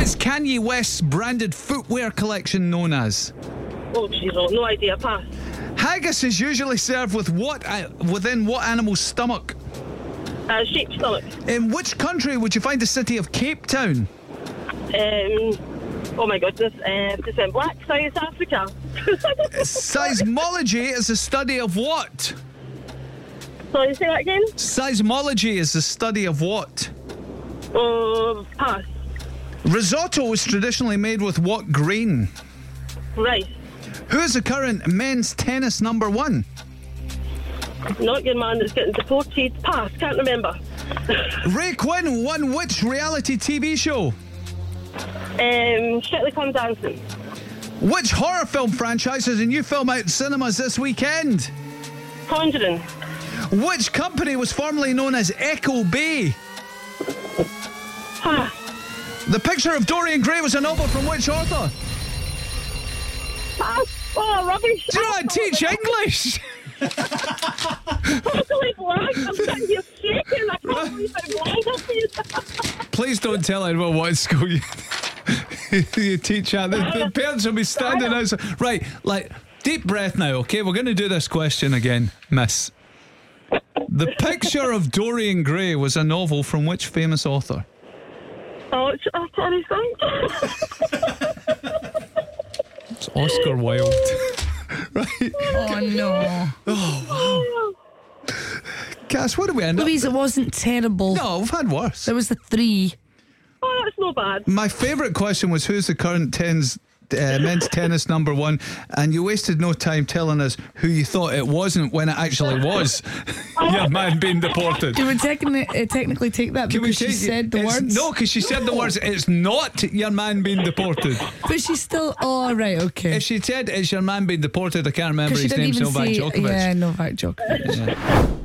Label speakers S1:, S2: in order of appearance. S1: is Kanye West's branded footwear collection known as?
S2: Oh, geez, oh, no idea. Pass.
S1: Haggis is usually served with what uh, within what animal's stomach?
S2: Uh, shaped stomach.
S1: In which country would you find the city of Cape Town?
S2: Um, oh my goodness. Uh, this in black South Africa.
S1: Seismology is the study of what?
S2: Sorry, say that again.
S1: Seismology is the study of what?
S2: Oh, pass.
S1: Risotto is traditionally made with what grain?
S2: Rice.
S1: Who is the current men's tennis number one?
S2: Not your man that's getting deported. Pass. Can't remember.
S1: Ray Quinn won which reality TV show?
S2: Um, Shirley Come Dancing.
S1: Which horror film franchise has a new film out in cinemas this weekend?
S2: Conjuring.
S1: Which company was formerly known as Echo Bay?
S2: Pass.
S1: The picture of Dorian Gray was a novel from which author?
S2: Pass. Oh, rubbish.
S1: Do not teach English?
S2: Totally blank. I'm sitting here shaking. I can't believe how blind I've been.
S1: Please don't tell anyone what school you, you teach at. The, the parents will be standing outside. Right, like, deep breath now, okay? We're going to do this question again, miss. The picture of Dorian Gray was a novel from which famous author?
S2: Oh, it's, I can't think.
S1: It's Oscar Wilde. right.
S3: Oh no,
S2: Oh,
S1: Cass, what do we end
S3: Louise, it wasn't terrible.
S1: up? No, we've had worse.
S3: There was the three.
S2: Oh, that's no bad.
S1: My favourite question was who's the current tens, uh, men's tennis number one? And you wasted no time telling us who you thought it wasn't when it actually was. Your man being deported.
S3: Do we techni- uh, technically take that
S1: Can we
S3: because she
S1: take it?
S3: said the
S1: It's-
S3: words?
S1: No, because she said the words. It's not your man being deported.
S3: But she's still. Oh, right, okay.
S1: If she said it's your man being deported, I can't remember
S3: Because she
S1: his
S3: didn't
S1: name.
S3: even
S1: Novak
S3: say.
S1: Djokovic.
S3: Yeah, Novak Djokovic.